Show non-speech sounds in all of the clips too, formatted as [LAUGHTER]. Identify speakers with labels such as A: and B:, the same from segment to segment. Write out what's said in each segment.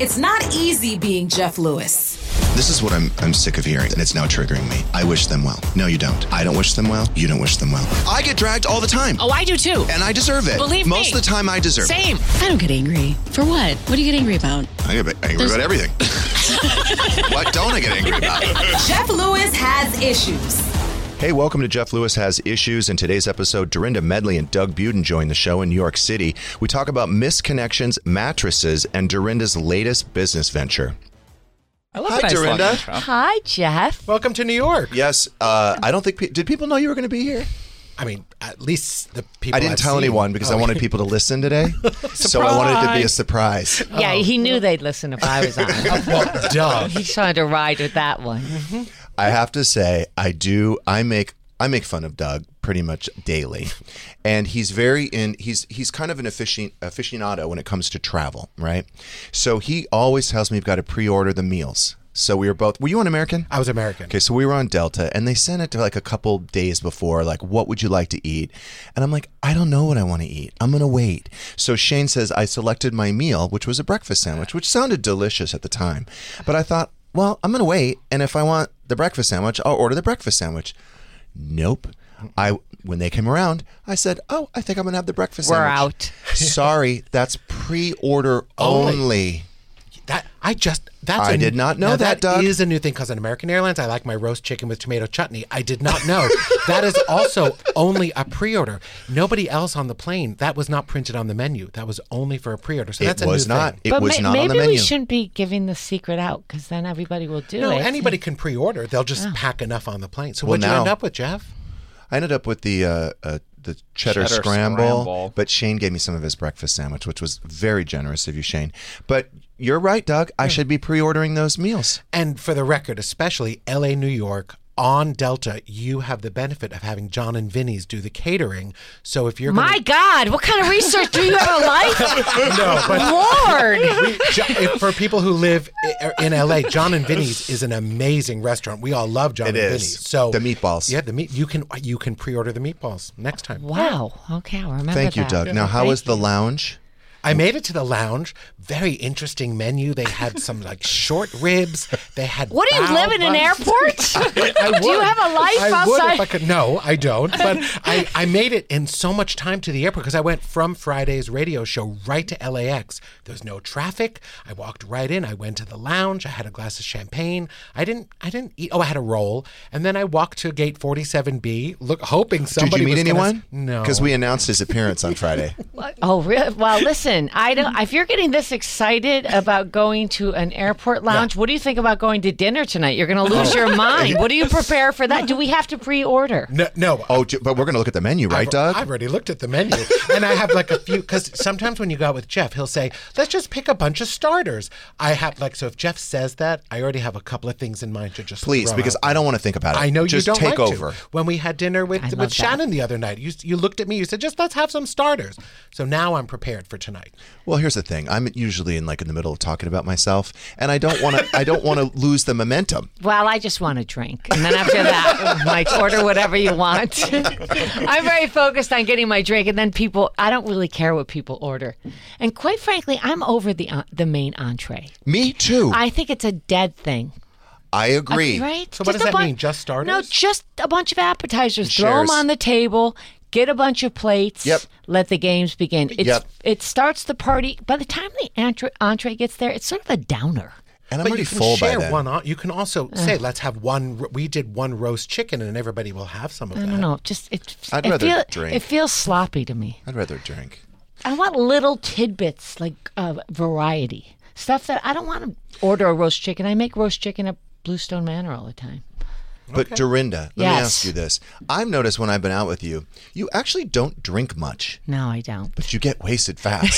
A: It's not easy being Jeff Lewis.
B: This is what I'm, I'm sick of hearing, and it's now triggering me. I wish them well. No, you don't. I don't wish them well. You don't wish them well. I get dragged all the time,
C: Oh, I do too.
B: and I deserve it.
C: Believe
B: Most
C: me.
B: of the time, I deserve it.
C: Same.
D: I don't get angry. For what? What do you get angry about?
B: I get angry about
C: [LAUGHS]
B: everything. what don't I get angry about?
A: Jeff Lewis has issues.
B: [LAUGHS] Hey, welcome to Jeff Lewis Has Issues. In today's episode, Dorinda Medley and Doug Buden join the show in New York City. We talk about misconnections, mattresses, and Dorinda's latest business venture.
E: I love
B: Hi,
E: a nice long
B: Dorinda.
E: intro.
F: Hi, Jeff.
E: Welcome to New York.
B: Yes, uh, I don't think, pe- did people know you were going to be here?
E: I mean, at least the people.
B: I didn't
E: I've
B: tell
E: seen.
B: anyone because I
E: Oh,
B: wanted people to listen today. so I wanted it to be a surprise.
F: Yeah, he knew they'd listen if I
B: [LAUGHS]
F: was on.
E: well, [LAUGHS]
F: [LAUGHS]
E: duh.
F: he just wanted to ride with that one.
B: I have to say, I do. I make I make fun of Doug pretty much daily, and he's very in. He's he's kind of an afici- aficionado when it comes to travel, right? So he always tells me you've got to pre-order the meals. So we were both. Were you on American?
E: I was American.
B: Okay, so we were on Delta, and they sent it to like a couple days before, like, what would you like to eat? And I'm like, I don't know what I want to eat. I'm going to wait. So Shane says, I selected my meal, which was a breakfast sandwich, which sounded delicious at the time. But I thought, well, I'm going to wait. And if I want the breakfast sandwich, I'll order the breakfast sandwich. Nope. I when they came around, I said, "Oh, I think I'm gonna have the breakfast."
F: We're
B: sandwich." [LAUGHS] Sorry, that's pre-order
E: Oh,
B: only.
E: That I just that's
B: I
E: a-
B: did not know
E: now
B: that, Doug.
E: is a new thing because on American Airlines, I like my roast chicken with tomato chutney. I did not know [LAUGHS] that is also only a pre-order. Nobody else on the plane. That was not printed on the menu. That was only for a pre-order. So
B: It
E: that's a
B: was
E: new
B: not.
E: Thing.
B: It
F: but
B: was
F: ma-
B: not
F: maybe
B: on the menu.
F: we shouldn't be giving the secret out because then everybody will do
E: No,
F: it.
E: anybody can pre-order. They'll just pack enough on the plane. So
B: Well,
E: what'd you end
B: now-
E: up with, Jeff?
B: I ended up with the uh, uh, the cheddar,
E: Cheddar
B: scramble,
E: scramble.
B: but Shane gave me some of his breakfast sandwich, which was very generous of you, Shane. But you're right, Doug. I should be pre-ordering those meals.
E: And for the record, especially LA, New York, on Delta, you have the benefit of having John and Vinny's do the catering. So if you're
F: My
E: gonna,
F: God, what kind of research do you have
B: [LAUGHS]
F: a life?
E: [LAUGHS] No,
F: Lord.
E: We- [LAUGHS] Jo- if- for people who live i- er, in LA, John and Vinny's is an amazing restaurant. We all love
B: It
E: John and
B: is.
E: Vinny's. So
B: The meatballs.
E: yeah, the meat. You can you can pre-order the meatballs next time.
F: Wow. Okay, I'll remember
B: Thank you,
F: that.
B: Doug. Now, how
F: Thank
B: was the lounge?
E: I made it to the lounge. Very interesting menu. They had some like short ribs. They had.
F: What do you
E: bao
F: live in an
E: buns.
B: [LAUGHS]
F: airport?
E: I would.
F: Do you have a life
E: I Would
F: outside?
E: if I could. No, I don't. But I, I made it in so much time to the airport because I went from Friday's radio show right to LAX. There's no traffic. I walked right in. I went to the lounge. I had a glass of champagne. I didn't. I didn't eat. Oh, I had a roll. And then I walked to gate 47B, look, hoping
B: Did
E: somebody
B: you meet
E: was gonna-
B: anyone?
E: no.
B: because we announced his appearance on
E: [LAUGHS]
B: Friday.
F: Oh, really? Well, listen, I don't. If you're getting this excited about going to an airport lounge, what do you think about going to dinner tonight? You're going to
B: Oh.
F: lose your
B: [LAUGHS]
F: mind. What do you prepare for that? Do we have to pre-order?
E: No, no.
B: oh, j- but we're gonna look at the menu, right,
E: I've,
B: Doug?
E: I've already looked at the menu, and I have like a few. Because sometimes when you go out with Jeff, he'll say, "Let's just pick a bunch of starters." I have like so. If Jeff says that, I already have a couple of things in mind to just
B: Please,
E: throw
B: because
E: out.
B: I don't want to think about it.
E: I know
B: Just
E: you don't
B: take
E: like
B: over.
E: To. When we had dinner with
F: love
E: with
F: that.
E: Shannon the other night, you you looked at me. You said, "Just let's have some starters." So now I'm prepared for tonight.
B: Well, here's the thing. I'm usually in like in the middle of talking about myself, and I don't want to. I don't want to lose the
E: [LAUGHS]
B: momentum.
F: Well, I just want a drink, and then after that, like order whatever you want. [LAUGHS] I'm very focused on getting my drink, and then people. I don't really care what people order, and quite frankly, I'm over the uh, the main entree.
B: Me too. I,
F: I think it's a dead thing.
B: agree.
F: Right?
E: So what does
F: a
E: that mean? Just starters?
F: No, just a bunch of appetizers. Throw
B: Shares.
F: them on the table. Get a bunch of plates.
B: Yep.
F: Let the games begin. It's,
B: Yep.
F: It starts the party. By the time the entree, entree gets there, it's sort of a downer.
B: And I'm
E: but
B: already
E: you can
B: full by
E: share
B: then.
E: one. On, you can also say, "Let's have one." We did one roast chicken, and everybody will have some of
F: I
E: that.
F: don't know. Just it.
B: I'd
F: it
B: rather
F: feel-
B: drink.
F: It feels sloppy to me.
B: I'd rather drink.
F: I want little tidbits like uh, variety stuff that I don't want to order a roast chicken. I make roast chicken at Bluestone Manor all the time.
B: But Dorinda, let me
F: Yes.
B: ask you this. I've noticed when I've been out with you, you actually don't drink much,
F: No,
B: [LAUGHS]
F: I don't.
B: but you get wasted
F: [LAUGHS]
B: fast.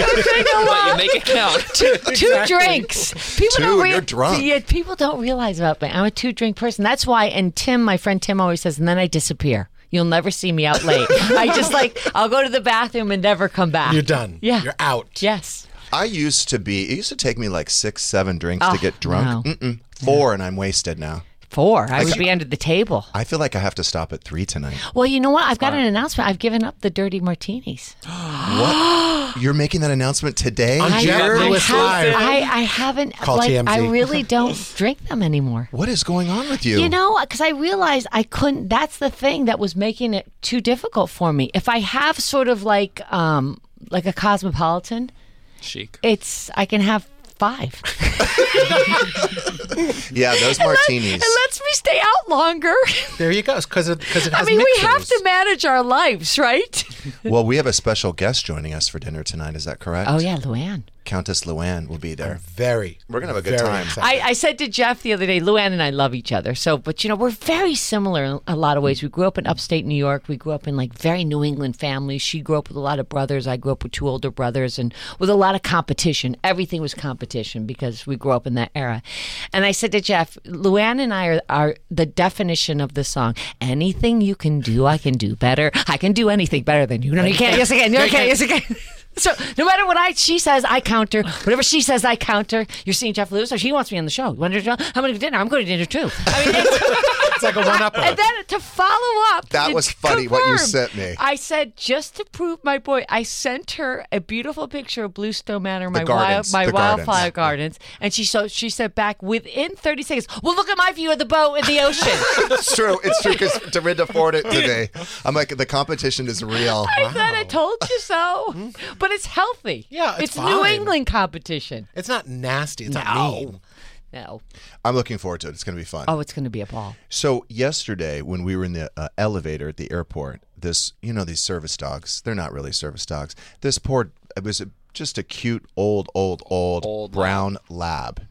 E: But you make it count.
F: two drinks. People
B: Two,
F: don't rea-
B: you're drunk.
F: Yeah, people don't realize about me. I'm a two drink person. That's why. And Tim, my friend Tim, always says, and then I disappear. You'll never see me
B: [LAUGHS]
F: out late. I just like I'll go to the bathroom and never come back.
E: You're done.
F: Yeah.
E: You're out.
F: Yes.
B: I used to be, it used to take me like six, seven drinks to
F: Oh,
B: get drunk. Mm.
F: no.
B: Mm-mm, four, and I'm wasted now.
F: four. I would be under the table.
B: I feel like I have to stop at three
F: [GASPS]
B: tonight.
F: Well, you know what? I've got an announcement. I've given up the dirty martinis.
B: You're making that announcement today?
E: On Jack
B: Jared?
E: Lewis Live.
F: I, I haven't.
E: Call
F: like,
E: TMZ.
F: I really don't drink them anymore.
B: What is going on with you?
F: You know, because I realized I couldn't. That's the thing that was making it too difficult for me. If I have sort of like um like a cosmopolitan,
C: Chic.
F: it's I can have five.
B: yeah, those
F: [LAUGHS]
B: martinis.
F: It lets me stay out longer. [LAUGHS]
E: There you go. Because it, 'cause it
F: I
E: has
F: mean, we have
E: mixers.
F: to manage our lives,
E: [LAUGHS]
F: right?
B: well, we have a special guest joining us for dinner tonight. Is that correct?
F: Oh yeah, Luann.
B: Countess Luann will be there.
E: Very.
B: We're gonna have a good
E: very
B: time.
E: excited.
F: I, I said to Jeff the other day, Luann and I love each other. So, but you know, we're very similar in a lot of ways. We grew up in upstate New York. We grew up in like very New England families. She grew up with a lot of brothers. I grew up with two older brothers and with a lot of competition. Everything was competition because we grew up in that era. And I said to Jeff, Luann and I are, are the definition of the song. Anything you can do, I can do better. I can do anything better than you. No, you can't. Yes, I can. No, you can't. Yes, I can. So no matter what I she says, I counter. Whatever she says, I counter. You're seeing Jeff Lewis, or she wants me on the show. You want to dinner? I'm going to dinner. I'm going to dinner too. I mean, it's,
E: It's like a one up.
F: and then to follow up,
B: That
F: to
B: was funny what you
F: confirm,
B: sent me.
F: I said just to prove my boy. I sent her a beautiful picture of Bluestone Manor, my
B: gardens,
F: wild, my
B: the gardens.
F: wildflower gardens, and she so she said back within 30 seconds. Well, look at my view of the boat and
B: [LAUGHS]
F: the ocean.
B: it's true. It's true because Dorinda Ford it today. I'm like, the competition is real.
F: I thought I told you
B: Hmm?
F: so, but it's healthy.
E: Yeah, it's
F: New
E: fine.
F: England competition.
E: It's not nasty. It's not
F: No.
E: mean.
F: No.
B: I'm looking forward to it. It's going to be fun.
F: Oh, it's going to be a ball.
B: So yesterday, when we were in the uh, elevator at the airport, this you know these service dogs, they're not really service dogs. This poor it was a, just a cute old old old,
C: Old
B: brown lab.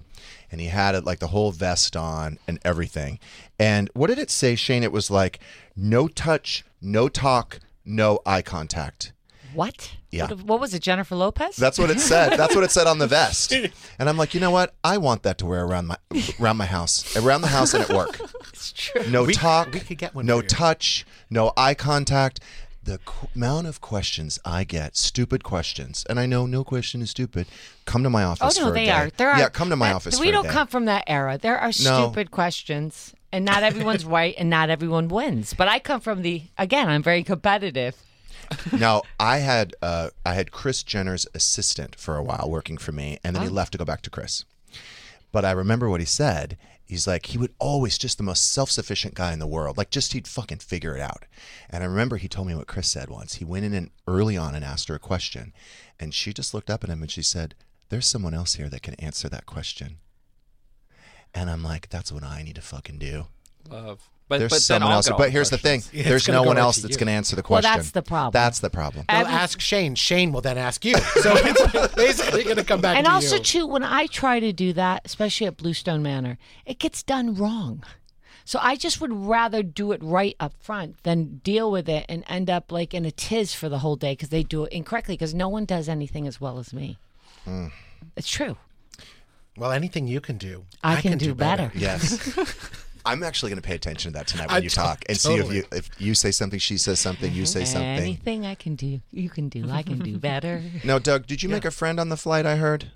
B: And he had it like the whole vest on and everything. And what did it say, Shane? It was like no touch, no talk, no eye contact.
F: What?
B: Yeah.
F: What, what was it, Jennifer
B: [LAUGHS]
F: Lopez?
B: That's what it said. That's what it said on the
E: [LAUGHS]
B: vest. And I'm like, you know what? I want that to wear around my around my house, around the house and at
E: [LAUGHS]
B: work.
F: That's true.
B: No talk.
E: we could get one
B: No
E: for you.
B: touch. No eye contact. The qu- amount of questions I get, stupid questions, and I know no question is stupid. Come to my
F: Oh
B: office.
F: no,
B: for a
F: they
B: day.
F: are. There are.
B: Yeah, come to my
F: that-
B: office.
F: We
B: for
F: don't
B: a day.
F: come from that era. There are
B: No.
F: stupid questions, and
B: [LAUGHS]
F: not everyone's right, and not everyone wins. But I come from the again. I'm very competitive.
B: now I had uh, I had Chris Jenner's assistant for a while working for me, and then he left to go back to Chris. But I remember what he said. He's like he would always just the most self-sufficient guy in the world. Like just he'd fucking figure it out. And I remember he told me what Chris said once. He went in and early on and asked her a question, and she just looked up at him and she said, "There's someone else here that can answer that question." And I'm like, that's what I need to fucking do.
C: Love. But,
B: There's
C: but then
B: someone
C: I'll
B: else.
C: go
B: But
C: on
B: here's
C: questions.
B: the thing: there's no
E: gonna go
B: one
E: right
B: else
E: to
B: that's
E: you.
B: going to answer the
F: Well,
B: question.
F: that's the problem.
B: That's the problem.
E: They'll
F: Every-
E: ask Shane. Shane will then ask
F: [LAUGHS]
E: you. So it's basically going to come back
F: And
E: to
F: also
E: you.
F: too, when I try to do that, especially at Bluestone Manor, it gets done wrong. So I just would rather do it right up front than deal with it and end up like in a tiz for the whole day because they do it incorrectly because no one does anything as well as me.
B: Mm.
F: It's true.
E: well, anything you can do,
F: I, can, do, better.
B: Yes. I'm actually going to pay attention to that tonight when
E: I
B: you
E: to-
B: talk and see
E: totally.
B: if you if you say something, she says something, you
F: Mm-hmm.
B: say something.
F: Anything I can do, you can do. I can
B: [LAUGHS]
F: do better.
B: Now, Doug, did you make a friend on the flight? I heard.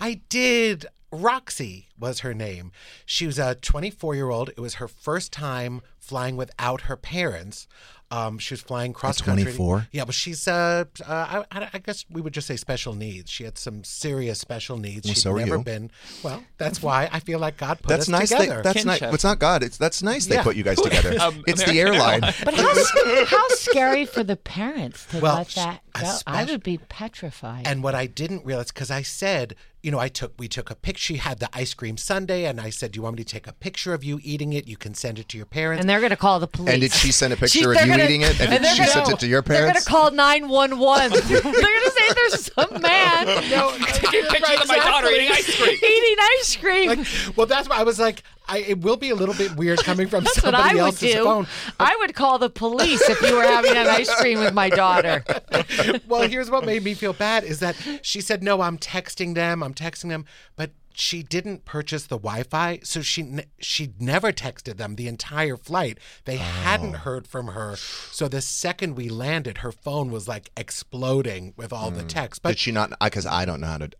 E: I did. Roxy was her name. She was a 24 year old. It was her first time flying without her parents. Um, she was flying cross country.
B: 24?
E: Yeah, but she's, uh, uh, I, I- I guess we would just say special needs. She had some serious special needs. She'd
B: so are
E: never
B: you.
E: been. Well, that's why I feel like God put
B: That's
E: us
B: nice. They,
E: together.
B: that's nice.
C: Kinship.
B: It's not God. It's that's nice. They
E: Yeah.
B: put you guys together.
C: Um,
B: it's the
C: American
B: airline.
F: But how, s- how scary for the parents to
E: Well,
F: let that
E: a
F: go. I
E: spec-
F: would be petrified.
E: And what I didn't realize, because I said, you know, I took we took a picture. She had the ice cream sundae, and I said, "Do you want me to take a picture of you eating it? You can send it to your parents."
F: and they're going to call the police.
B: And did she send a
F: [LAUGHS]
B: picture of
F: they're
B: you eating it? And did
F: they're
B: she send it to your
F: They're going
B: parents?
F: to
B: [LAUGHS]
F: call 911. they're going to say there's some man [LAUGHS]
C: Taking pictures of my daughter eating ice cream.
F: eating ice cream.
E: like, well, that's why I was like, I, it will be a little bit weird coming
F: [LAUGHS]
E: from
F: That's what I
E: somebody
F: would
E: else's
F: do.
E: phone.
F: I would call the police if you were having an ice cream with my daughter.
E: [LAUGHS] well, here's what made me feel bad is that she said, "No, I'm texting them. I'm texting them," but she didn't purchase the Wi-Fi, so she n- she never texted them the entire flight. They hadn't
B: Oh.
E: heard from her, so the second we landed, her phone was like exploding with all the texts. But
B: Hmm. Did she not? Because I, don't know how to.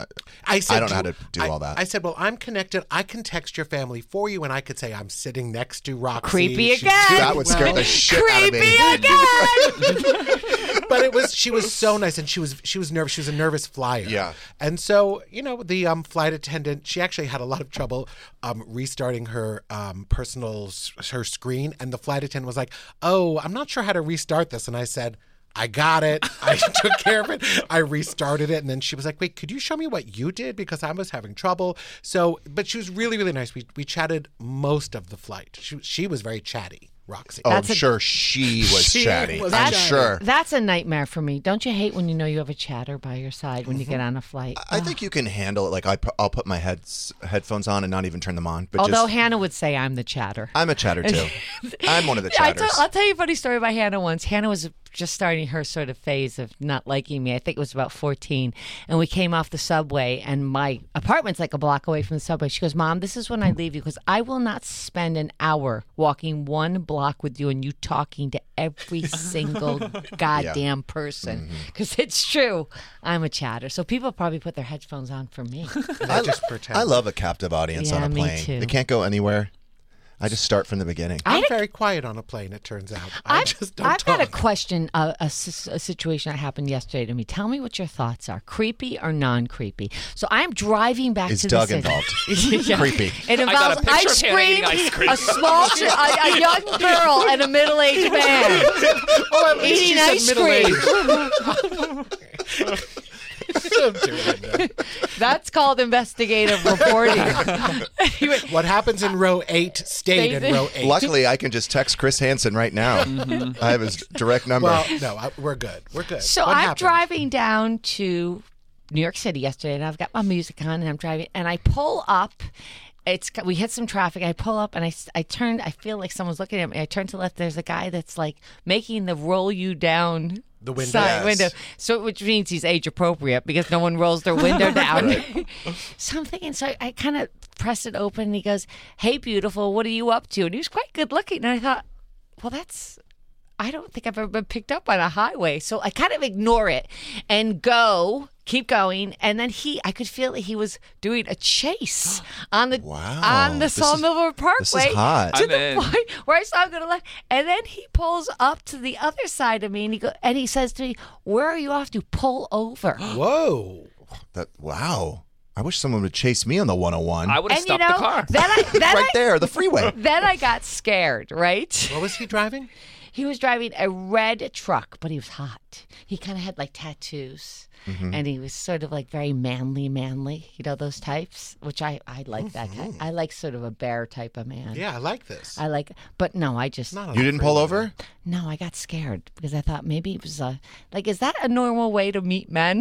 E: I said,
B: I don't know how
E: to-
B: to do
E: I-
B: all that.
E: I said, well, I'm connected. I can text your family for you, and I could say I'm sitting next to Roxy.
F: Creepy
E: She's
F: again.
E: doing
B: that would scare
E: well."
B: the shit out of me.
F: Creepy again.
E: but it was she was
B: [LAUGHS]
E: so nice and she was she was nervous she was a nervous flyer
B: Yeah.
E: and so you know the um, flight attendant she actually had a lot of trouble um, restarting her um, personal s- her screen and the flight attendant was like oh i'm not sure how to restart this and i said I got it. I [LAUGHS] took care of it. I restarted it. And then she was like, Wait, could you show me what you did? Because I was having trouble. So, but she was really, really nice. We, we chatted most of the flight. She, she was very chatty, Roxy.
B: Oh, I'm
F: That's a-
B: sure she was
E: She
B: chatty.
E: was
B: I'm
E: chatty.
B: sure.
F: That's a nightmare for me. Don't you hate when you know you have a chatter by your side when you get on a flight?
B: Mm-hmm. I think you can handle it. Like I, pu- I'll put my heads, headphones on and not even turn them on. But
F: Although
B: just,
F: Hannah would say I'm the chatter.
B: I'm a chatter too. I'm one of the
F: I
B: chatters.
F: tell, I'll tell you a funny story about Hannah once. Hannah was just starting her sort of phase of not liking me. I think it was about 14. And we came off the subway, and my apartment's like a block away from the subway. She goes, Mom, this is when I leave you because I will not spend an hour walking one block with you and you talking to
B: [LAUGHS]
F: every single goddamn person.
B: Mm-hmm.
F: Because it's true. I'm a chatter. So people probably put their headphones on
B: [LAUGHS]
F: for me.
E: I just pretend.
B: I love a captive audience
F: Yeah,
B: on a
F: me
B: plane.
F: too.
B: They can't go anywhere. I just start from the beginning.
E: I'm very quiet on a plane. It turns out I
F: I've-
E: [LAUGHS] just don't
F: I've
E: talk.
F: got a question, uh, a, s- a situation that happened yesterday to me. Tell me what your thoughts are, creepy or non-creepy. So I'm driving back
B: Is
F: to
B: Doug
F: the city.
B: involved?
F: [LAUGHS] Yeah.
B: Creepy.
F: It
C: I got
F: involves
C: a picture of
F: ice
C: Hannah
F: cream,
C: eating ice cream.
F: a
C: [LAUGHS]
F: small, ch- a, a young girl, and a
E: [LAUGHS]
F: middle-aged man
E: oh, at least
F: eating
E: she said
F: ice
E: middle
F: cream.
E: age.
F: [LAUGHS] That's called investigative reporting.
E: [LAUGHS]
F: Anyway,
E: What happens in row eight stayed in
F: Stayed.
E: row eight.
B: Luckily, I can just text Chris Hansen right
E: [LAUGHS]
B: now.
F: Mm-hmm.
B: I have his direct number.
E: Well, no, I, we're good. We're good.
F: So
E: What
F: I'm
E: happened?
F: driving down to New York City yesterday, and I've got my music on, and I'm driving, and I pull up. It's we hit some traffic. I pull up, and I s- I turn. I feel like someone's looking at me. I turn to the left. There's a guy that's like making the roll you down.
E: The window.
F: sign-
B: Yes.
F: window. So, which means he's age appropriate because no one rolls their
E: [LAUGHS]
F: window down. [LAUGHS] so I'm thinking, so I, I kind of press it open and he goes, Hey, beautiful, what are you up to? And he was quite good looking. And I thought, well, that's, I don't think I've ever been picked up on a highway. So I kind of ignore it and go. Keep going, and then he. I could feel that he was doing
B: [GASPS]
F: a chase on the
B: Wow.
F: on the
B: This is-
F: Sawmill Parkway
B: this is
F: [LAUGHS]
B: hot.
F: to
C: I'm
F: the
C: in.
F: point where I saw him go to left, and then he pulls up to the other side of me, and he go and he says to me, "Where are you off to? Pull over."
B: [GASPS]
E: Whoa.
B: that, wow. I wish someone would chase me on the 101.
C: I would have
F: and
C: stopped
F: you know,
C: the car.
F: then
B: [LAUGHS]
F: I then
B: right
F: I,
B: there, the freeway.
F: [LAUGHS] then I got scared. Right?
E: What was he driving?
F: He was driving a red truck, but he was hot. He kind of had like tattoos.
C: Mm-hmm.
F: And he was sort of like very manly, manly, you know, those types, which I, I like that kind.
C: Mm-hmm.
F: I like sort of a bear type of man.
E: Yeah, I like this.
F: I like, but no, I just,
E: Not a
B: You didn't pull over?
F: No, I got scared because I thought maybe it was a like, is that a normal way to meet men? [LAUGHS]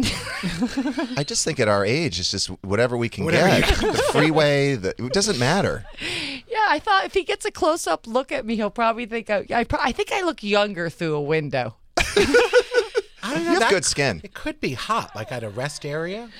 B: I just think at our age, it's just whatever we can
E: Whatever
B: get. the freeway, the, it doesn't matter.
F: yeah, I thought if he gets a close up look at me, he'll probably think I, I, pro- I think I look younger through a window.
E: I don't know.
B: You have
E: that-
B: good skin.
E: It could be hot, like at a rest area.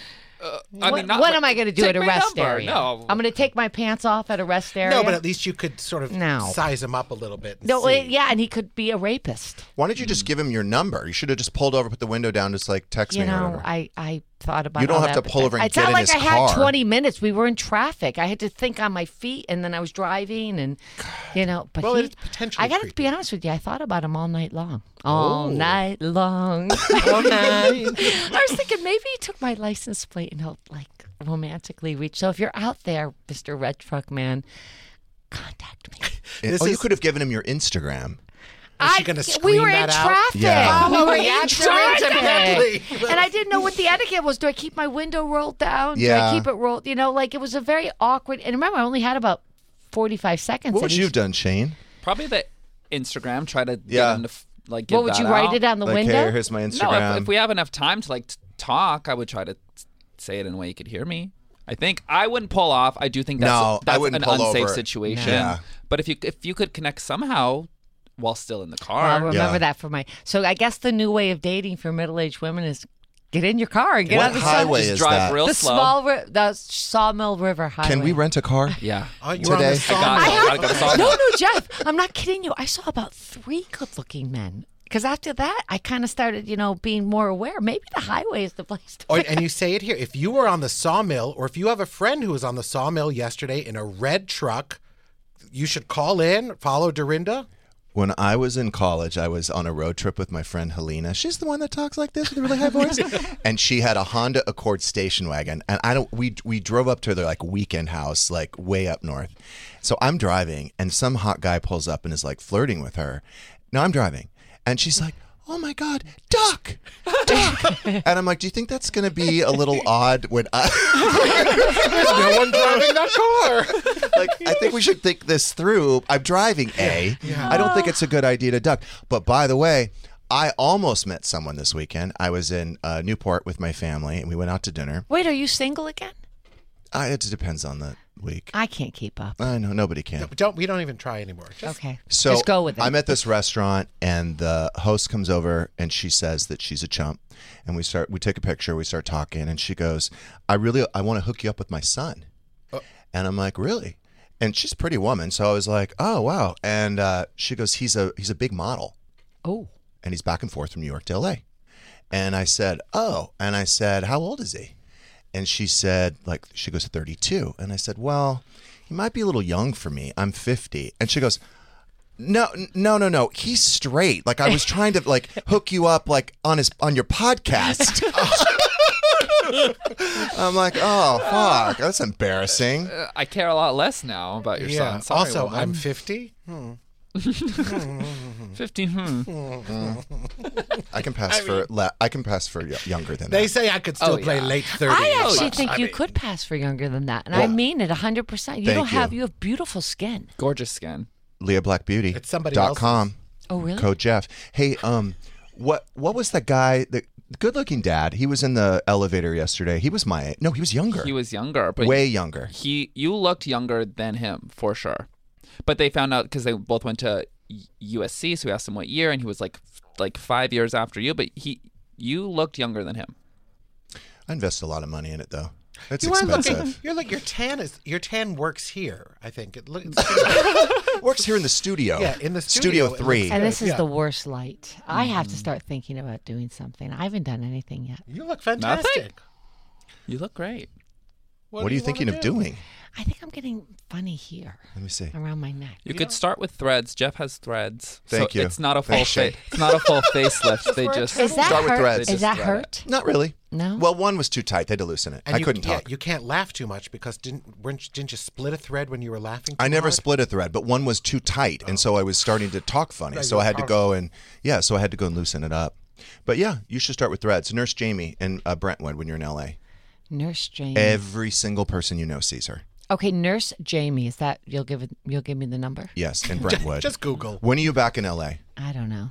C: I
F: what
C: mean, not
F: what
C: like-
F: am I going to do
C: Take
F: at a
C: my
F: rest
C: number.
F: area?
C: No,
F: I'm going to take my pants off at a rest area.
E: No, but at least you could sort of
F: No.
E: size him up a little bit. And
F: No,
E: see.
F: well, yeah, and he could be a rapist.
B: Why don't you just give him your number? You should have just pulled over, put the window down, just like text
F: You
B: me or
F: know,
B: whatever.
F: I, I thought about.
B: You don't
F: all
B: have to
F: that, but
B: pull over and
F: it's
B: get
F: not
B: in
F: like
B: his
F: I
B: car.
F: had 20 minutes. We were in traffic. I had to think on my feet, and then I was driving, and you know. But
E: Well,
F: he-
E: it's potentially
F: I got to
E: creepy.
F: be honest with you. I thought about him all night long.
B: Oh.
F: All
B: [LAUGHS]
F: night long.
E: All right.
F: I was thinking maybe he took my license plate and helped like romantically reach. So if you're out there, Mister Red Truck Man, contact me.
E: This
B: oh, you
E: is-
B: could have given him your Instagram.
E: Is she
F: I-
E: gonna
F: we
E: scream
F: were in
E: that out?
F: traffic. Oh,
B: Yeah.
E: [LAUGHS]
F: We were
E: yeah,
F: in traffic.
E: exactly.
F: And I didn't know what the etiquette was. Do I keep my window rolled down?
B: Yeah.
F: Do I keep it rolled? You know, like it was a very awkward. And remember, I only had about 45 seconds.
B: What
F: at
B: would you
F: each-
B: have done, Shane?
C: Probably the Instagram. Try to
B: Yeah.
C: get him to f- like. Get
F: What would
C: that
F: you write
C: out.
F: it on the
B: like,
F: window?
B: hey, here's my
C: No,
B: Instagram.
C: if, if we have enough time to like t- talk, I would try to t- say it in a way you could hear me. I think I wouldn't pull off. I do think that's,
B: No, I
C: that's
B: wouldn't
C: an
B: pull
C: unsafe
B: over.
C: situation.
B: Yeah.
C: But if you if you could connect somehow while still in the
F: Well, I'll
C: car,
F: remember
B: Yeah.
F: that for my. So I guess the new way of dating for middle aged women is get in your car and get
B: What
F: on the
B: highway
F: sun-
B: is
C: drive
B: that?
C: real
F: The
C: slow.
F: small, ri- the Sawmill River Highway.
B: Can we rent a car?
C: [LAUGHS]
B: [LAUGHS]
C: yeah.
E: Oh, you're on
B: Today. I
E: the song.
C: I gotta go to Sawmill.
F: No, no, Jeff, I'm not kidding you. I saw about three good-looking men. Because after that, I kind of started, you know, being more aware. Maybe the highway is the place to.
E: Or, Oh, and you say it here. If you were on the sawmill, or if you have a friend who was on the sawmill yesterday in a red truck, you should call in, follow Dorinda.
B: When I was in college, I was on a road trip with my friend Helena. She's the one that talks like this with a really high
C: [LAUGHS]
B: voice. and she had a Honda Accord station wagon. And I don't we we drove up to their like weekend house, like way up north. So I'm driving and some hot guy pulls up and is like flirting with her. No, I'm driving. And she's like, Oh my God, duck,
C: [LAUGHS]
B: duck. and I'm like, Do you think that's gonna be a little odd when I
E: There's no one driving that car.
B: like I think we should think this through. I'm driving a. I don't think it's a good idea to duck. But by the way, I almost met someone this weekend. I was in uh, Newport with my family, and we went out to dinner.
F: Wait, are you single again?
B: I, it depends on the week.
F: I can't keep up.
B: I know nobody can.
E: We don't we don't even try anymore. Just
F: Okay,
B: So
F: just go with it.
B: I'm at this restaurant, and the host comes over, and she says that she's a chump, and we start. We take a picture. We start talking, and she goes, "I really, I want to hook you up with my son,"
F: Oh.
B: and I'm like, "Really?" And she's a pretty woman, so I was like, "Oh wow!" And uh, she goes, "He's a he's a big model."
F: oh,
B: and he's back and forth from New York to LA. And I said, Oh, and I said, How old is he? And she said, like, she goes 32. And I said, Well, he might be a little young for me. I'm 50. And she goes, no, n- no, no, no. He's straight. Like I was trying to
E: [LAUGHS]
B: like hook you up like on his on your podcast. I'm like,
E: [LAUGHS]
B: oh fuck, that's embarrassing.
C: I care a lot less now about your
E: yeah.
C: son. Sorry,
E: also,
C: woman. [LAUGHS]
E: I'm 50.
C: 15.
B: [LAUGHS]
C: Hmm.
B: I can pass for la- I can pass for y- younger than
E: They
B: that.
E: say I could still
C: Oh,
E: play
C: yeah.
E: late 30s.
F: I
B: Oh,
E: but-
F: actually think
E: I
F: you
E: mean,
F: could pass for younger than that, and I
B: Well,
F: mean it 100. percent You
B: thank
F: don't have
B: you.
F: you have beautiful skin.
C: Gorgeous skin.
B: Leah Black Beauty.
E: It's somebody
B: dot
E: else's.
B: com.
F: Oh, really?
B: Code Jeff. Hey, um, what what was that guy? The good looking dad. He was in the elevator yesterday. He was my no. He was younger.
C: He was younger, but
B: way younger.
C: he you looked younger than him for sure. But they found out because they both went to U- USC, so we asked him what year, and he was like f- like five years after you. But he you looked younger than him.
B: I invest a lot of money in it though. It's
E: You are looking. [LAUGHS]
B: expensive.
E: You're like your tan is your tan works here. I think it looks.
B: [LAUGHS] Works here in the studio.
E: Yeah, in the
B: Studio
E: studio, it
B: three.
F: And this is
E: Yeah.
F: the worst light. I have to
B: Mm.
F: start thinking about doing something. I haven't done anything yet.
E: you look fantastic.
C: You look great.
B: What, are you,
E: wanna
B: thinking of
E: do?
B: doing?
F: I think I'm getting funny here
B: Let me see.
F: around my neck.
C: You could start with threads. Jeff has threads.
B: Thank
C: so
B: you.
C: It's not a full
B: Thanks,
C: face.
B: Shane.
C: It's not
B: [LAUGHS]
C: a full facelift. They just
F: Is that
B: Start with
F: hurt?
B: threads.
F: Is that
C: Just thread
F: hurt?
B: Not really.
F: No?
B: Well, one was too tight. They had to loosen it.
E: And
B: I
E: you,
B: couldn't
E: yeah,
B: talk.
E: You can't laugh too much because didn't weren't you- didn't you split a thread when you were laughing? Too
B: I never
E: hard?
B: split a thread, but one was too tight,
E: Oh.
B: and so I was starting to talk funny. so I had to go and yeah, so I had to go and loosen it up. But yeah, you should start with threads. Nurse Jamie in uh, Brentwood when you're in LA.
F: Nurse Jamie.
B: Every single person you know sees her.
F: okay, Nurse Jamie. Is that you'll give it, you'll give me the number?
B: Yes,
F: [LAUGHS]
B: in Brentwood.
E: [LAUGHS] Just Google.
B: when are you back in LA?
F: I don't know.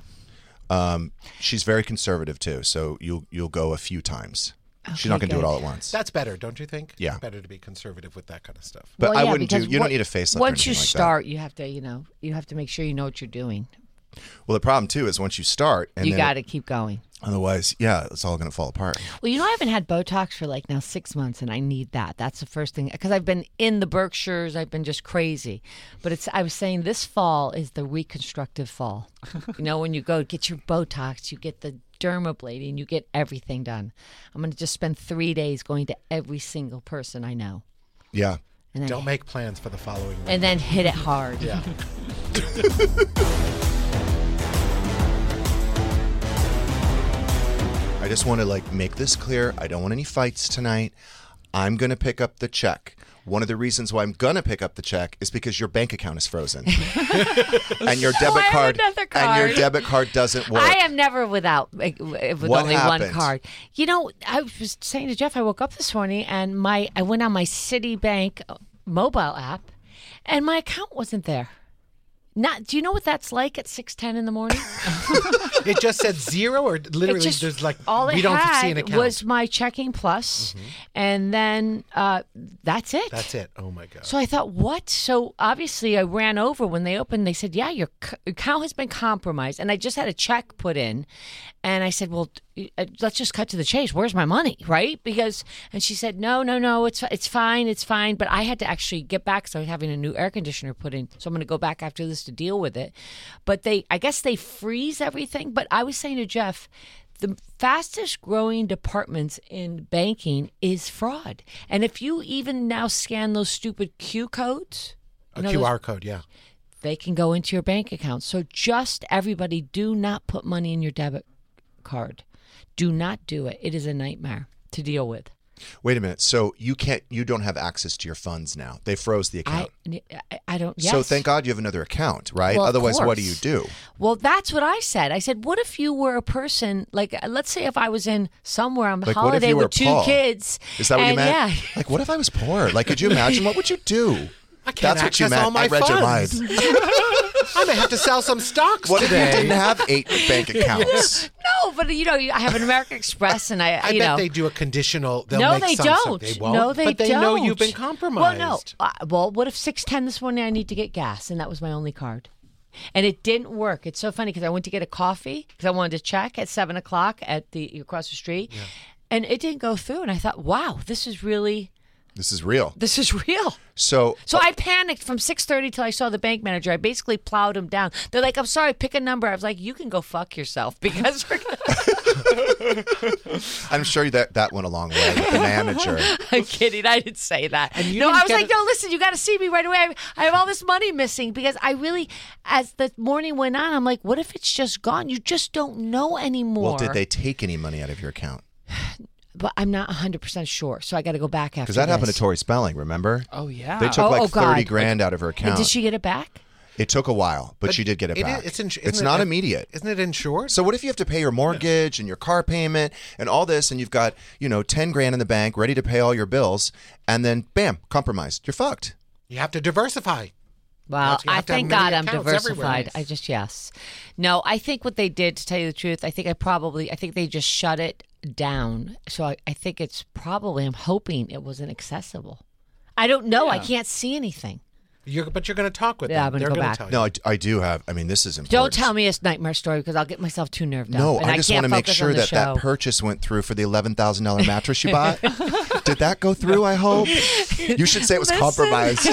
B: Um, she's very conservative too, so you'll you'll go a few times. she's not
F: Okay,
B: gonna do it
F: good.
B: all at once.
E: That's better, don't you think?
B: Yeah.
E: Better to be conservative with that kind of stuff.
B: but
F: Well,
B: I
F: yeah,
B: wouldn't do.
F: because
B: You
F: what-
B: don't need a face.
F: Once you start, you have to, you know, you have to make sure you know what you're doing.
B: well, the problem too is once you start, and
F: you
B: then-
F: got to keep going.
B: Otherwise, yeah, it's all gonna fall apart.
F: Well, you know, I haven't had Botox for like now six months, and I need that. That's the first thing because I've been in the Berkshires. I've been just crazy, but it's. I was saying this fall is the reconstructive fall. you know, when you go get your Botox, you get the dermablating, you get everything done. I'm going to just spend three days going to every single person I know,
B: Yeah.
F: and then
E: Don't make plans for the following week.
F: and then hit it hard. Yeah.
B: I just want to like make this clear. I don't want any fights tonight. I'm going to pick up the check. One of the reasons why I'm going to pick up the check is because your bank account is
F: [LAUGHS]
B: frozen. and your debit
F: have
B: card,
F: another
B: and your
F: card?
B: debit card doesn't work.
F: I am never without like, with
B: What
F: only one
B: happened?
F: card. You know, I was saying to Jeff, I woke up this morning and my I went on my Citibank uh, mobile app, and my account wasn't there. Not, do you know what that's like at six ten in the
E: [LAUGHS]
F: morning?
E: it just said zero, or
F: [LAUGHS]
E: literally,
F: It just
E: there's like
F: all it
E: we don't
F: had
E: see an account. Mm-hmm.
F: was my checking plus, and then uh, that's it.
E: That's it. Oh my god.
F: So I thought, what? So obviously, I ran over when they opened. They said, yeah, your c- account has been compromised, and I just had a check put in, and I said, well, uh, let's just cut to the chase. Where's my money, right? Because and she said, no, no, no, it's it's fine, it's fine. But I had to actually get back because I was having a new air conditioner put in, so I'm going to go back after this to deal with it. But they, I guess they freeze everything. But I was saying to Jeff. The fastest growing departments in banking is fraud. And if you even now scan those stupid Q codes,
E: A
F: you know, those-
E: QR code, yeah.
F: they can go into your bank account. So just everybody do not put money in your debit card. Do not do it. It is a nightmare to deal with.
B: Wait a minute. So you can't. You don't have access to your funds now. They froze the
F: I,
B: account.
F: I, I don't. Yes.
B: So thank God you have another account, right?
F: Well, of
B: Otherwise, what do you
F: course.
B: do?
F: Well, that's what I said. I said, what if you were a person like, uh, let's say if I was in somewhere on
B: Like, what if
F: holiday
B: you were
F: with two
B: Paul?
F: kids.
B: Is that what you
F: and,
B: meant?
F: Yeah.
B: Like, what if I was poor? Like, could you imagine? What would you
E: [LAUGHS]
B: do?
E: I can't
B: That's what you
E: access
B: meant.
E: all my
B: I read your
E: funds.
B: mind.
E: I may have to sell some stocks
B: What if you
E: today.
B: didn't have eight
E: [LAUGHS]
B: bank accounts?
F: No, but you know, I have an American Express, and I,
E: I
F: you
E: bet
F: know,
E: they do a conditional. They'll
F: no,
E: make
F: they
E: some-
F: don't.
E: They won't.
F: No, they
E: but they
F: don't.
E: know you've been compromised.
F: Well, no. Uh, well, what if six ten this morning I need to get gas and that was my only card, and it didn't work. It's so funny because I went to get a coffee because I wanted to check at seven o'clock at the across the street, and it didn't go through. And I thought, wow, this is really
B: This is real.
F: this is [LAUGHS] real.
B: So
F: So I panicked from six thirty till I saw the bank manager. I basically plowed him down. They're like, "I'm sorry, pick a number." I was like, "You can go fuck yourself," because we're
B: I'm sure that that went a long way with the
F: [LAUGHS]
B: manager.
F: I'm kidding. I didn't say that.
E: you
F: No,
E: didn't
F: I was
E: get
F: like,
E: a-
F: no, listen, you got to see me right away. I, I have all this money missing because I really, as the morning went on, I'm like, what if it's just gone? You just don't know anymore.
B: Well, did they take any money out of your account?
F: But I'm not 100% sure. So I got to go back after
B: Because that happened to
F: this.
B: Tori Spelling, remember?
C: Oh yeah.
B: They took
F: Oh,
B: like
F: oh,
B: 30
F: God.
B: grand out of her
F: And
B: account.
F: did she get it back?
B: It took a while, but, she did get it,
E: It is-
B: back.
E: it's, ins-
B: it's
E: isn't it-
B: not immediate.
E: Isn't it insured?
B: So what if you have to pay your mortgage and your car payment and all this and you've got, you know, 10 grand in the bank ready to pay all your bills and then bam, compromised. You're fucked.
E: you have to diversify.
F: Wow.
E: That's- you
F: I
E: have to have
F: thank
E: many
F: God I'm
E: accounts everywhere.
F: diversified. I just, yes. No, I think what they did, to tell you the truth, I think I probably, I think they just shut it down. So I, I think it's probably, I'm hoping it wasn't accessible. I don't know. I can't see anything.
E: You're, but you're going to talk with
F: Yeah, I'm
E: them.
F: gonna go
E: They're going to
F: back.
E: tell you.
B: No, I, I do have. I mean, this is important.
F: Don't tell me it's nightmare story because I'll get myself too nerved up.
B: No,
F: and
B: I just
F: can't
B: want to make
F: focus
B: sure
F: on the
B: that that
F: show.
B: purchase went through for the eleven thousand
F: [LAUGHS]
B: dollar mattress you bought. Did that go through? I hope. You should say it was
F: Listen.
B: compromised.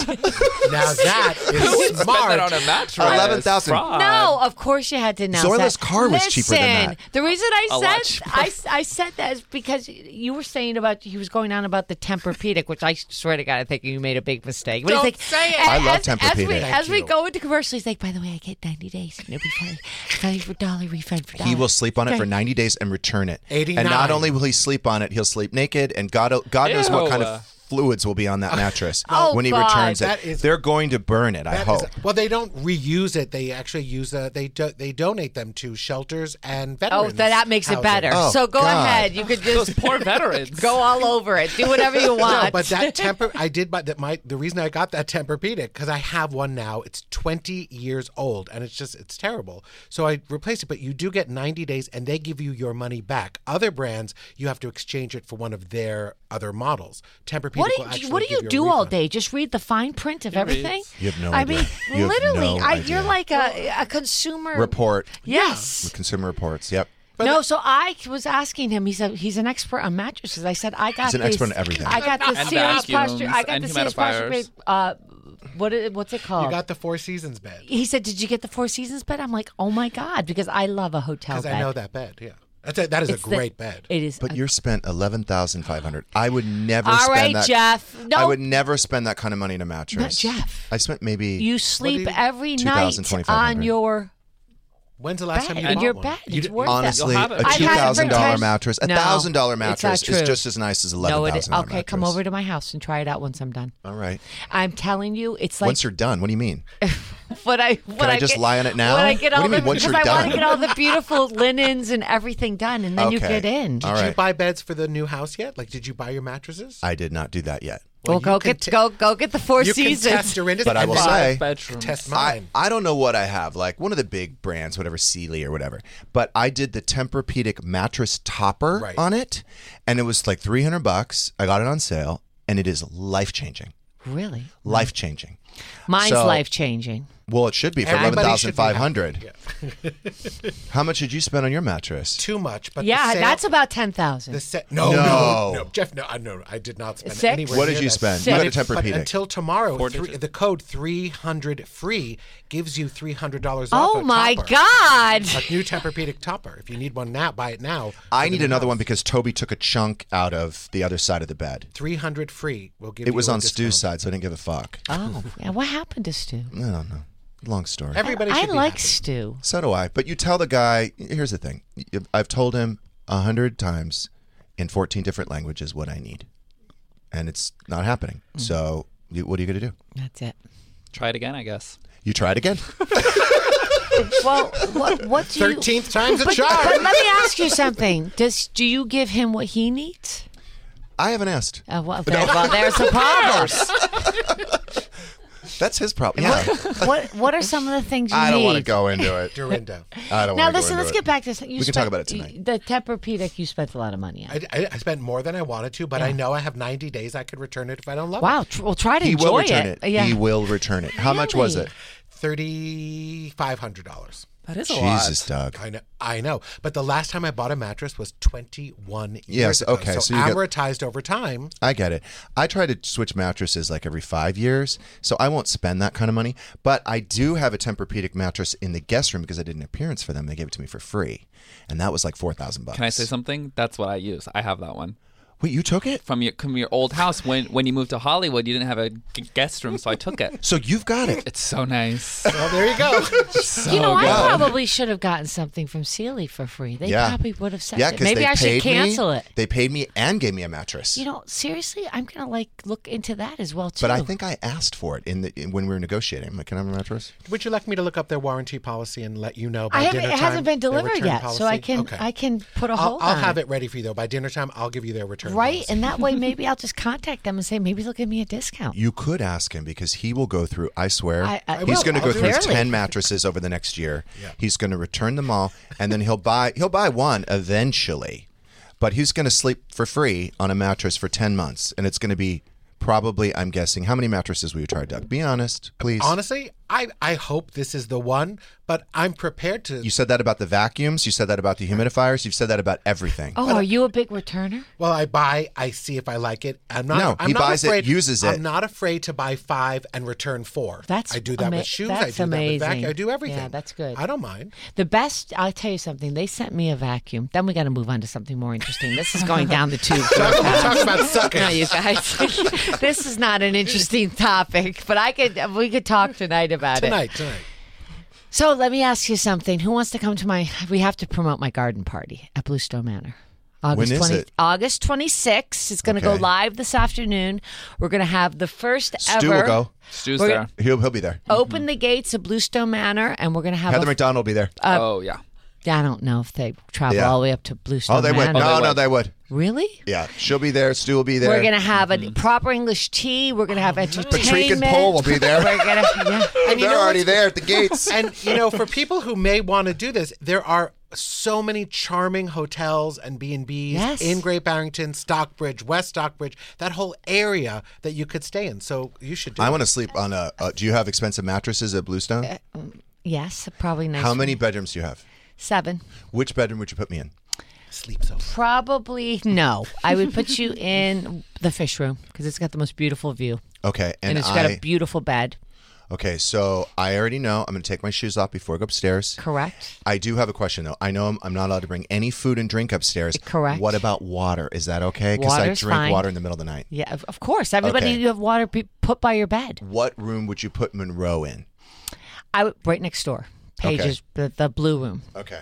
E: Now that
C: Who would
E: is
C: spend
E: smart.
C: that on a mattress?
B: 11,000.
C: Fraud.
F: No, of course you had to announce
B: Zoilo's
F: that.
B: Uh, car was cheaper than that.
F: Listen, The reason I
C: A
F: said
C: lot cheaper.
F: I, I said that is because you were saying about he was going on about the Tempur-Pedic, which I swear to God, I think you made a big mistake. But
E: Don't
F: he's like,
E: say it.
F: and
B: I love
F: as, As we,
B: Tempur-Pedic.
F: as we
E: Thank you.
F: go into commercial, he's like, by the way, I get ninety days. and It'll be fine. Fine for dollar refund for dollar.
B: He will sleep on it for 90 days and return it.
E: 89.
B: And not only will he sleep on it, he'll sleep naked, and God, God knows what
C: Ew.
B: kind of fluids will be on that mattress
F: Oh,
B: when he
F: God.
B: returns it.
E: That is-
B: They're going to burn it, I
E: That
B: hope.
E: is- well, they don't reuse it. They actually use uh, they do, they donate them to shelters and
F: Oh,
E: veterans.
F: that, that makes it
E: housing.
F: better.
B: Oh,
F: so go
B: God.
F: ahead.
B: [LAUGHS]
F: You could
C: Those
F: just
C: poor veterans.
F: go all over it. Do whatever you want.
E: No,
F: [LAUGHS]
E: but that temper I did buy that my the reason I got that Tempur-Pedic cuz I have one now. It's 20 years old and it's just it's terrible. So I replaced it, but you do get 90 days and they give you your money back. Other brands, you have to exchange it for one of their other models. Tempur-Pedic
F: What
E: will
F: do
E: actually
F: you, what do
E: give
F: you
E: a
F: do all
E: refund.
F: day? Just read the fine print of everything.
C: reads.
B: You have no
F: I
B: idea.
F: mean,
B: You have
F: literally,
B: no
F: I,
B: idea.
F: you're like a, a consumer
B: Report.
F: Yes.
B: Consumer reports. Yep.
F: no. So I was asking him. He's a he's an expert on mattresses. I said I got.
B: He's an
F: these-
B: expert on everything.
F: I got the
C: And
F: serious posture. I
C: vacuums
F: got
C: and
F: the serious posture.
C: humidifiers.
F: Uh, what is, what's it called?
E: You got the Four Seasons bed
F: he said, "Did you get the Four Seasons bed?" I'm like, "Oh my god!" Because I love a hotel
E: cuz
F: bed.
E: I know that bed. Yeah. That's a, that is
F: It's
E: a
F: the-
E: great bed.
F: It is.
B: But
F: a-
B: you're spent 11500 I would never
F: All
B: spend
F: right,
B: that.
F: Jeff. No.
B: I would never spend that kind of money in a mattress.
F: Jeff.
B: I spent maybe.
F: you sleep
E: you-
F: every
B: 2,000,
F: night
B: 2,500.
F: on your
E: When's the last
F: bed.
E: time you
F: In
E: bought
F: your
E: one?
F: bed,
E: You
F: it's
E: d-
F: worth it.
B: Honestly,
C: You'll have
B: a
C: it.
F: I've
B: two
F: had it for
B: thousand dollar
F: ten-
B: mattress, a
F: No,
B: thousand dollar
F: it's not
B: mattress is
F: true.
B: just as nice as eleven
F: No, it
B: thousand
F: is.
B: dollar
F: Okay, come over to my house and try it out once I'm done.
B: All right.
F: I'm telling you, it's like
B: Once you're done, what do you mean?
F: what I what
B: I just
F: get,
B: lie on it now?
F: When I get
B: What do
F: all
B: you mean,
F: the,
B: once
F: because
B: you're
F: I want
B: done?
F: to get all the beautiful linens and everything done, and then you
B: Okay.
F: get in.
B: All
E: Did you
B: right.
E: buy beds for the new house yet? Like, did you buy your mattresses?
B: I did not do that yet.
F: Well,
E: you
F: go
E: can
F: get
E: t-
F: go go get the Four
E: you can
F: Seasons.
E: test Dorinda's
B: But I
E: and
B: will
E: then
B: say-
C: Five bedrooms.
E: test
B: I,
E: mine.
B: I don't know what I have, like one of the big brands, whatever Sealy or whatever. But I did the Tempur-Pedic mattress topper
E: Right.
B: on it, and it was like three hundred bucks. I got it on sale, and it is life changing.
F: really,
E: Mm.
B: Life changing.
F: mine's
B: So-
F: life changing.
B: Well, it should be for eleven
E: Everybody
B: thousand
E: should be
B: five
E: happy.
B: hundred.
E: Yeah.
B: How much did you spend on your mattress?
E: Too much, but the
F: Yeah,
E: sale-
F: that's about ten thousand.
E: the sa- no, no,
B: No.
E: no, Jeff, no, I no, I did not spend
F: Six?
E: anywhere.
B: What did
E: near
B: you
E: that.
B: spend?
F: You had
E: But
B: a
E: it- but
B: Tempur-Pedic.
E: until tomorrow.
C: Four
E: three-
C: digits.
E: the code three hundred free gives you three hundred dollars.
F: Oh my God!
E: A new Tempur-Pedic topper. If you need one now, buy it now.
B: I need another one because Toby took a chunk out of the other side of the bed.
E: Three hundred free will give.
B: It was
E: you a
B: on Stu's
E: discount.
B: side, so I didn't give a fuck.
F: Oh, yeah. What happened to Stu?
B: I don't know. Long story.
E: Everybody
F: I
E: should be
F: like
E: happy.
F: Stu.
B: So do I. But you tell the guy, here's the thing. I've told him a hundred times in 14 different languages what I need. And it's not happening. So you, what are you going to do?
F: That's it.
C: Try it again, I guess.
B: You try it again.
F: Well, what what do you?
E: Thirteenth time's
F: [LAUGHS]
E: a
F: But,
E: charm.
F: but let me ask you something. Does do you give him what he needs?
B: I haven't asked.
F: Uh, well, there- well, there's a problem.
B: [LAUGHS] That's his problem. Yeah.
F: What what are some of the things you
B: I don't want to
F: need?
B: go into it.
F: [LAUGHS] Uh,
E: Dorinda.
B: I don't
F: Now
B: want to
F: listen,
B: go into
F: let's
B: it.
F: get back to this. You
B: We can talk about it tonight.
F: The Tempur-Pedic you spent a lot of money on.
E: I, I, I spent more than I wanted to, but I know I have 90 days. I could return it if I don't love
F: wow,
E: it.
F: tr- well, try to
B: He
F: enjoy
B: will return it.
F: Yeah.
B: He will return it. How much was
F: Really?
B: it?
E: $3,500.
C: That is a
B: Jesus,
C: lot.
B: Doug.
E: I know, I know. But the last time I bought a mattress was 21
B: Yes,
E: years ago.
B: okay,
E: So,
B: so you got-
E: amortized over time.
B: I get it. I try to switch mattresses like every five years, so I won't spend that kind of money. But I do have a Tempur-Pedic mattress in the guest room because I did an appearance for them. They gave it to me for free, and that was like four thousand bucks.
C: Can I say something? That's what I use. I have that one
B: Wait, you took it?
C: from your from your old house when when you moved to Hollywood. You didn't have a g- guest room, so I
B: [LAUGHS]
C: took it.
B: So you've got it.
C: It's so [LAUGHS] nice.
E: Well, there you go.
F: You know,
B: good.
F: I probably should have gotten something from Sealy for free. They
B: yeah,
F: probably would have sent
B: yeah,
F: it.
B: 'cause
F: Maybe
B: they
F: I should
B: paid
F: cancel
B: me,
F: it.
B: They paid me and gave me a mattress.
F: You know, seriously, I'm gonna like look into that as well too.
B: but I think I asked for it in the in, when we were negotiating. I'm like, can I have a mattress?
E: [LAUGHS] Would you like me to look up their warranty policy and let you know by
F: I haven't.
E: dinner
F: It
E: time?
F: hasn't been
E: their
F: delivered
E: return
F: yet, so I
E: policy?
F: can
E: Okay.
F: I can put a
E: I'll,
F: hold
E: I'll
F: on
E: have
F: it.
E: it ready for you, though. By dinner time, I'll give you their return
F: Right,
E: policy.
F: and
B: [LAUGHS]
F: that way maybe I'll just contact them and say maybe they'll give me a discount.
B: You could ask him because he will go through. I swear,
F: I- I
B: he's
F: will.
B: going to
F: I'll
B: go
F: do
B: through
F: it.
B: his ten mattresses over the next year. He's going to return them all, and then he'll buy he'll buy one eventually, but he's going to sleep for free on a mattress for ten months, and it's going to be probably I'm guessing how many mattresses will you try, Doug? Be honest, please.
E: Honestly, I, I hope this is the one, but I'm prepared to.
B: You said that about the vacuums. You said that about the humidifiers. You've said that about everything.
F: Oh, are you a big returner?
E: Well, I buy, I see if I like it. I'm not.
B: No,
E: I'm
B: he
E: not
B: buys it,
E: afraid,
B: uses it.
E: I'm not afraid to buy five and return four.
F: That's
E: I do that
F: ama-
E: with shoes. I
F: that's
E: do that with
F: amazing.
E: vac- I do everything.
F: Yeah, that's good.
E: I
B: [LAUGHS]
E: don't mind.
F: The best, I'll tell you something. They sent me a vacuum. Then we got to move on to something more interesting. This is going down
B: [LAUGHS]
F: the tube. real
E: Talk,
F: fast.
E: talk about
F: No,
E: sucking.
F: you guys, [LAUGHS] this is not an interesting topic, but I could we could talk tonight about it.
E: Tonight, tonight.
F: So let me ask you something. Who wants to come to my? We have to promote my garden party at Bluestone Manor. August
B: When is
F: 20,
B: it?
F: August 26th. It's going to
B: Okay.
F: go live this afternoon. We're going to have the first
B: Stu
F: ever.
B: will go.
C: Stu's
F: We're-
C: there.
B: He'll he'll be there.
F: Open the gates of Bluestone Manor, and we're going to have.
B: Heather
F: a,
B: McDonald will be there.
F: uh,
C: oh yeah.
F: I don't know if they travel
B: Yeah.
F: all the way up to Bluestone
B: oh, they would.
F: Manor.
B: No,
C: they
B: no,
C: would.
B: they would.
F: Really?
B: Yeah, she'll be there. Stu will be there.
F: We're going to have a proper English tea. We're going to have
B: Patrick
F: entertainment.
B: and Paul will be there.
F: [LAUGHS] We're going to. Yeah.
E: And you
B: They're
E: know
B: already
E: what's-
B: there at the gates.
E: [LAUGHS]
B: [LAUGHS]
E: And you know, for people who may want to do this, there are so many charming hotels and B&Bs
F: Yes.
E: in Great Barrington, Stockbridge, West Stockbridge, that whole area that you could stay in. So you should do
B: I
E: it.
B: want to sleep on a. Uh, do you have expensive mattresses at Bluestone?
F: Yes, probably nice.
B: How many bedrooms do you have?
F: Seven.
B: Which bedroom would you put me in?
E: sleep so.
F: Probably no. I would put you in the fish room because it's got the most beautiful view
B: Okay,
F: and
B: and,
F: it's
B: I.
F: got a beautiful bed.
B: okay, so I already know I'm going to take my shoes off before I go upstairs.
F: Correct.
B: I do have a question though. I know I'm, I'm not allowed to bring any food and drink upstairs.
F: Correct.
B: What about water? Is that okay? Because I
F: Water's
B: drink
F: fine.
B: water in the middle of the night.
F: Yeah, of, of course. Everybody,
B: Okay.
F: you have water be- put by your bed.
B: What room would you put Monroe in?
F: I would right next door.
B: Okay.
F: Pages, the, the blue room.
B: Okay.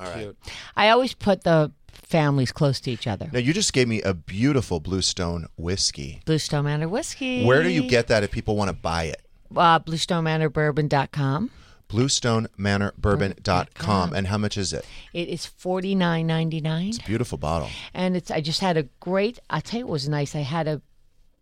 B: All right.
F: I always put the families close to each other.
B: Now you just gave me a beautiful Bluestone whiskey.
F: Bluestone Manor whiskey.
B: Where do you get that if people want to buy it?
F: uh, BluestoneManorBourbon.com?
B: BluestoneManorBourbon.com. And how much is it?
F: It is forty nine ninety nine.
B: Beautiful bottle.
F: and it's I just had a great I tell you it was nice. I had a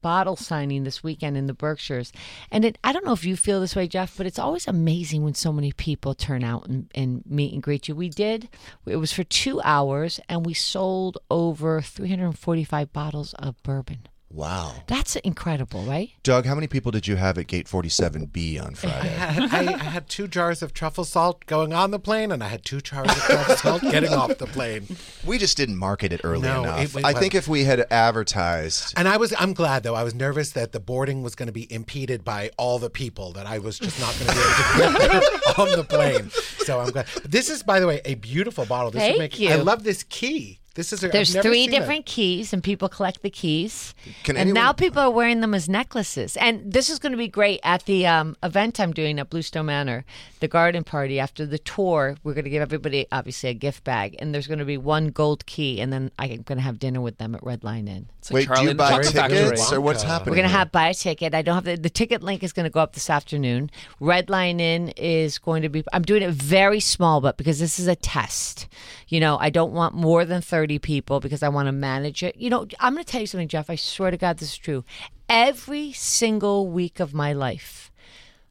F: bottle signing this weekend in the Berkshires. And it I don't know if you feel this way, Jeff, but it's always amazing when so many people turn out and, and meet and greet you. We did it was for two hours and we sold over three hundred and forty five bottles of bourbon.
B: Wow.
F: That's incredible, right?
B: Doug, how many people did you have at Gate 47B on
E: I
B: Friday?
E: had, I, I had two jars of truffle salt going on the plane, and I had two jars of truffle salt getting off the plane.
B: We just didn't market it early
E: No,
B: enough.
E: it- it
B: I think
E: was-
B: if we had advertised,
E: And I was, I'm glad though. I was nervous that the boarding was going to be impeded by all the people that I was just not going to be able to get [LAUGHS] on the plane. So I'm glad. This is, by the way, a beautiful bottle. This would
F: Thank
E: make-
F: you.
E: I love this key. This is. i
F: There's three different keys, and people collect the keys.
B: Can
F: and now
B: anyone-
F: people are wearing them as necklaces. And this is going to be great at the um, event I'm doing at Bluestone Manor, the garden party. After the tour, we're going to give everybody, obviously, a gift bag. And there's going to be one gold key. And then I'm going to have dinner with them at Red Lion Inn.
C: It's like
B: wait,
C: Charlie
B: do you
C: and the
B: buy
C: Chocolate Factory.
B: tickets or what's happening?
F: We're going to
B: here?
F: have buy a ticket. I don't have the, the ticket link is going to go up this afternoon. Red Line In is going to be, I'm doing it very small, but because this is a test, you know, I don't want more than 30 people because I want to manage it. You know, I'm going to tell you something, Jeff. I swear to God, this is true. Every single week of my life,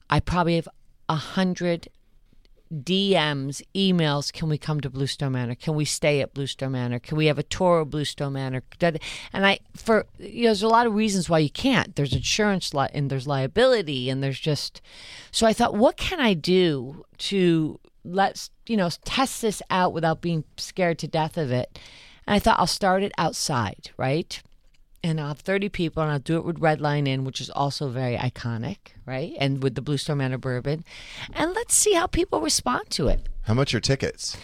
F: I probably have a hundred DMs, emails. Can we come to Bluestone Manor? Can we stay at Bluestone Manor? Can we have a tour of Bluestone Manor? Da- da- And I, for you know, there's a lot of reasons why you can't. There's insurance li- and there's liability and there's just. So I thought, what can I do to let's you know test this out without being scared to death of it? And I thought I'll start it outside, right? and I'll have 30 people, and I'll do it with Red Line Inn, which is also very iconic, right? And with the Bluestone Manor Bourbon. And let's see how people respond to it.
B: How much are tickets?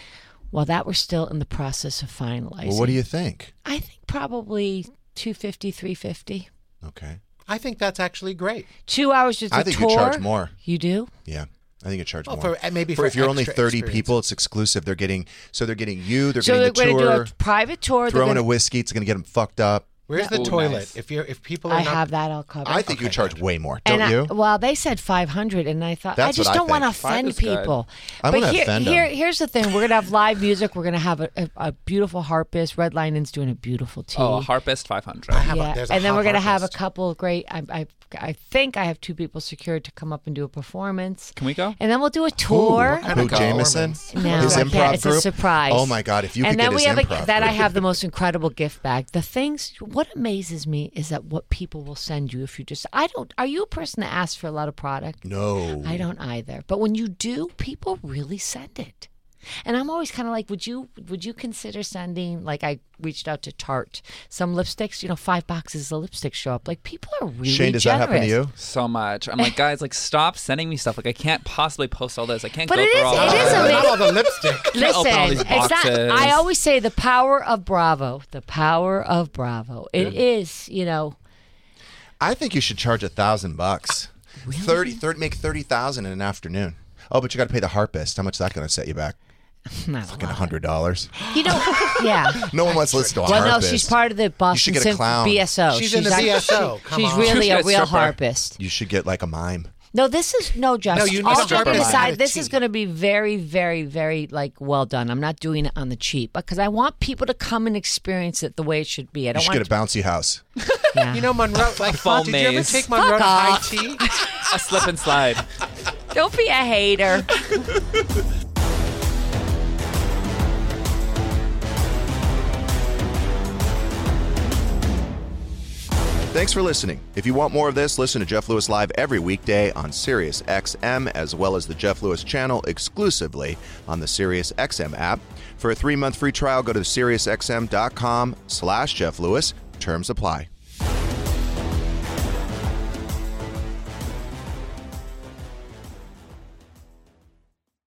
F: Well, that we're still in the process of finalizing.
B: Well, what do you think?
F: I think probably 250, 350.
B: Okay.
E: I think that's actually great.
F: Two hours to the
B: I think
F: tour.
B: you charge more.
F: You do?
B: Yeah. I think you charge
E: Well,
B: more.
E: Oh, for- and maybe
B: for,
E: for
B: if you're only
E: extra
B: 30
E: experience.
B: people, it's exclusive. They're getting so they're getting you, they're
F: so they're
B: getting
F: going
B: the
F: to do
B: tour,
F: a private tour. They're
B: throwing
F: gonna-
B: a whiskey. It's going to get them fucked up.
E: Where's the
C: Ooh,
E: toilet?
C: nice.
E: If you're, if people are
F: I
E: not, [LAUGHS]
F: have that all covered.
B: I think you
E: Okay.
B: charge way more, don't
F: and I-
B: you?
F: well, they said 500, and I thought
B: That's
F: I just
B: what I
F: don't want to
B: think.
C: Five
F: offend
C: is good.
F: people.
B: I
F: but
B: wanna
F: here,
B: offend 'em.
F: here, here's the thing: we're gonna have live music. We're gonna have a, a, a beautiful harpist. Red Linen's doing a beautiful tea.
C: Oh, a Harpist 500.
E: I have a,
F: yeah,
E: there's a
F: and then
E: hot
F: we're gonna have a
E: harvest.
F: couple of great. I, I, I think I have two people secured to come up and do a performance.
C: Can we go?
F: And then we'll do a tour.
B: Who, Jameson?
F: No,
B: His
F: I
B: improv
F: can't. It's
B: group?
F: a surprise.
B: Oh my God! If you
F: and
B: could
F: then
B: get
F: we
B: his
F: have
B: improv
F: a, then I
B: group.
F: have the most incredible gift bag. The things what amazes me is that what people will send you if you just I don't. Are you a person that asks for a lot of product?
B: No.
F: I don't either. But when you do, people really send it. And I'm always kind of like, would you would you consider sending like I reached out to Tarte some lipsticks, you know, five boxes of lipsticks show up. Like people are really
B: Shane, does that happen to
F: generous.
B: you?
C: so much. I'm like, guys, like, stop sending me stuff. Like, I can't possibly post all this. I can't
F: But
C: go
F: it
C: through
F: is-
C: all
F: it
C: this.
F: is a
E: Not all
F: [LAUGHS]
E: the lipstick.
C: Can't
F: Listen,
C: open all these
F: it's not.
C: boxes.
F: I always say the power of Bravo. The power of Bravo. It is, you know.
B: I think you should charge a thousand bucks. Thirty, thirty, make thirty thousand in an afternoon. Oh, but you got to pay the harpist. How much is that going to set you back?
F: not a
B: Fucking
F: lot.
B: hundred dollars.
F: You know, yeah.
B: No one wants to listen to a
F: Well, no,
B: harpist.
F: she's part of the Boston
B: get a
F: Symphony-
B: clown.
F: BSO.
E: She's in the
F: actually-
E: BSO. Come
F: she's
E: on.
F: really
C: She's
F: a
C: a
F: real
C: stripper.
F: harpist.
B: You should get like a mime.
F: No, this is no, Jeff.
E: No, you need
F: all
E: to
F: joking
E: compromise.
F: aside, this is
E: Attitude.
F: going to be very, very, very like well done. I'm not doing it on the cheap because I want people to come and experience it the way it should be. I
B: You
F: don't
B: should
F: want
B: get a bouncy house.
F: yeah.
E: You know Monroe. Like,
C: full
E: did you ever
C: maze.
E: take Monroe to
F: off. [LAUGHS]
E: IT?
C: [LAUGHS] a slip and slide.
F: don't be a hater.
B: Thanks for listening. If you want more of this, listen to Jeff Lewis Live every weekday on Sirius XM, as well as the Jeff Lewis channel exclusively on the Sirius XM app. For a three-month free trial, go to SiriusXM.com slash Jeff Lewis. Terms apply.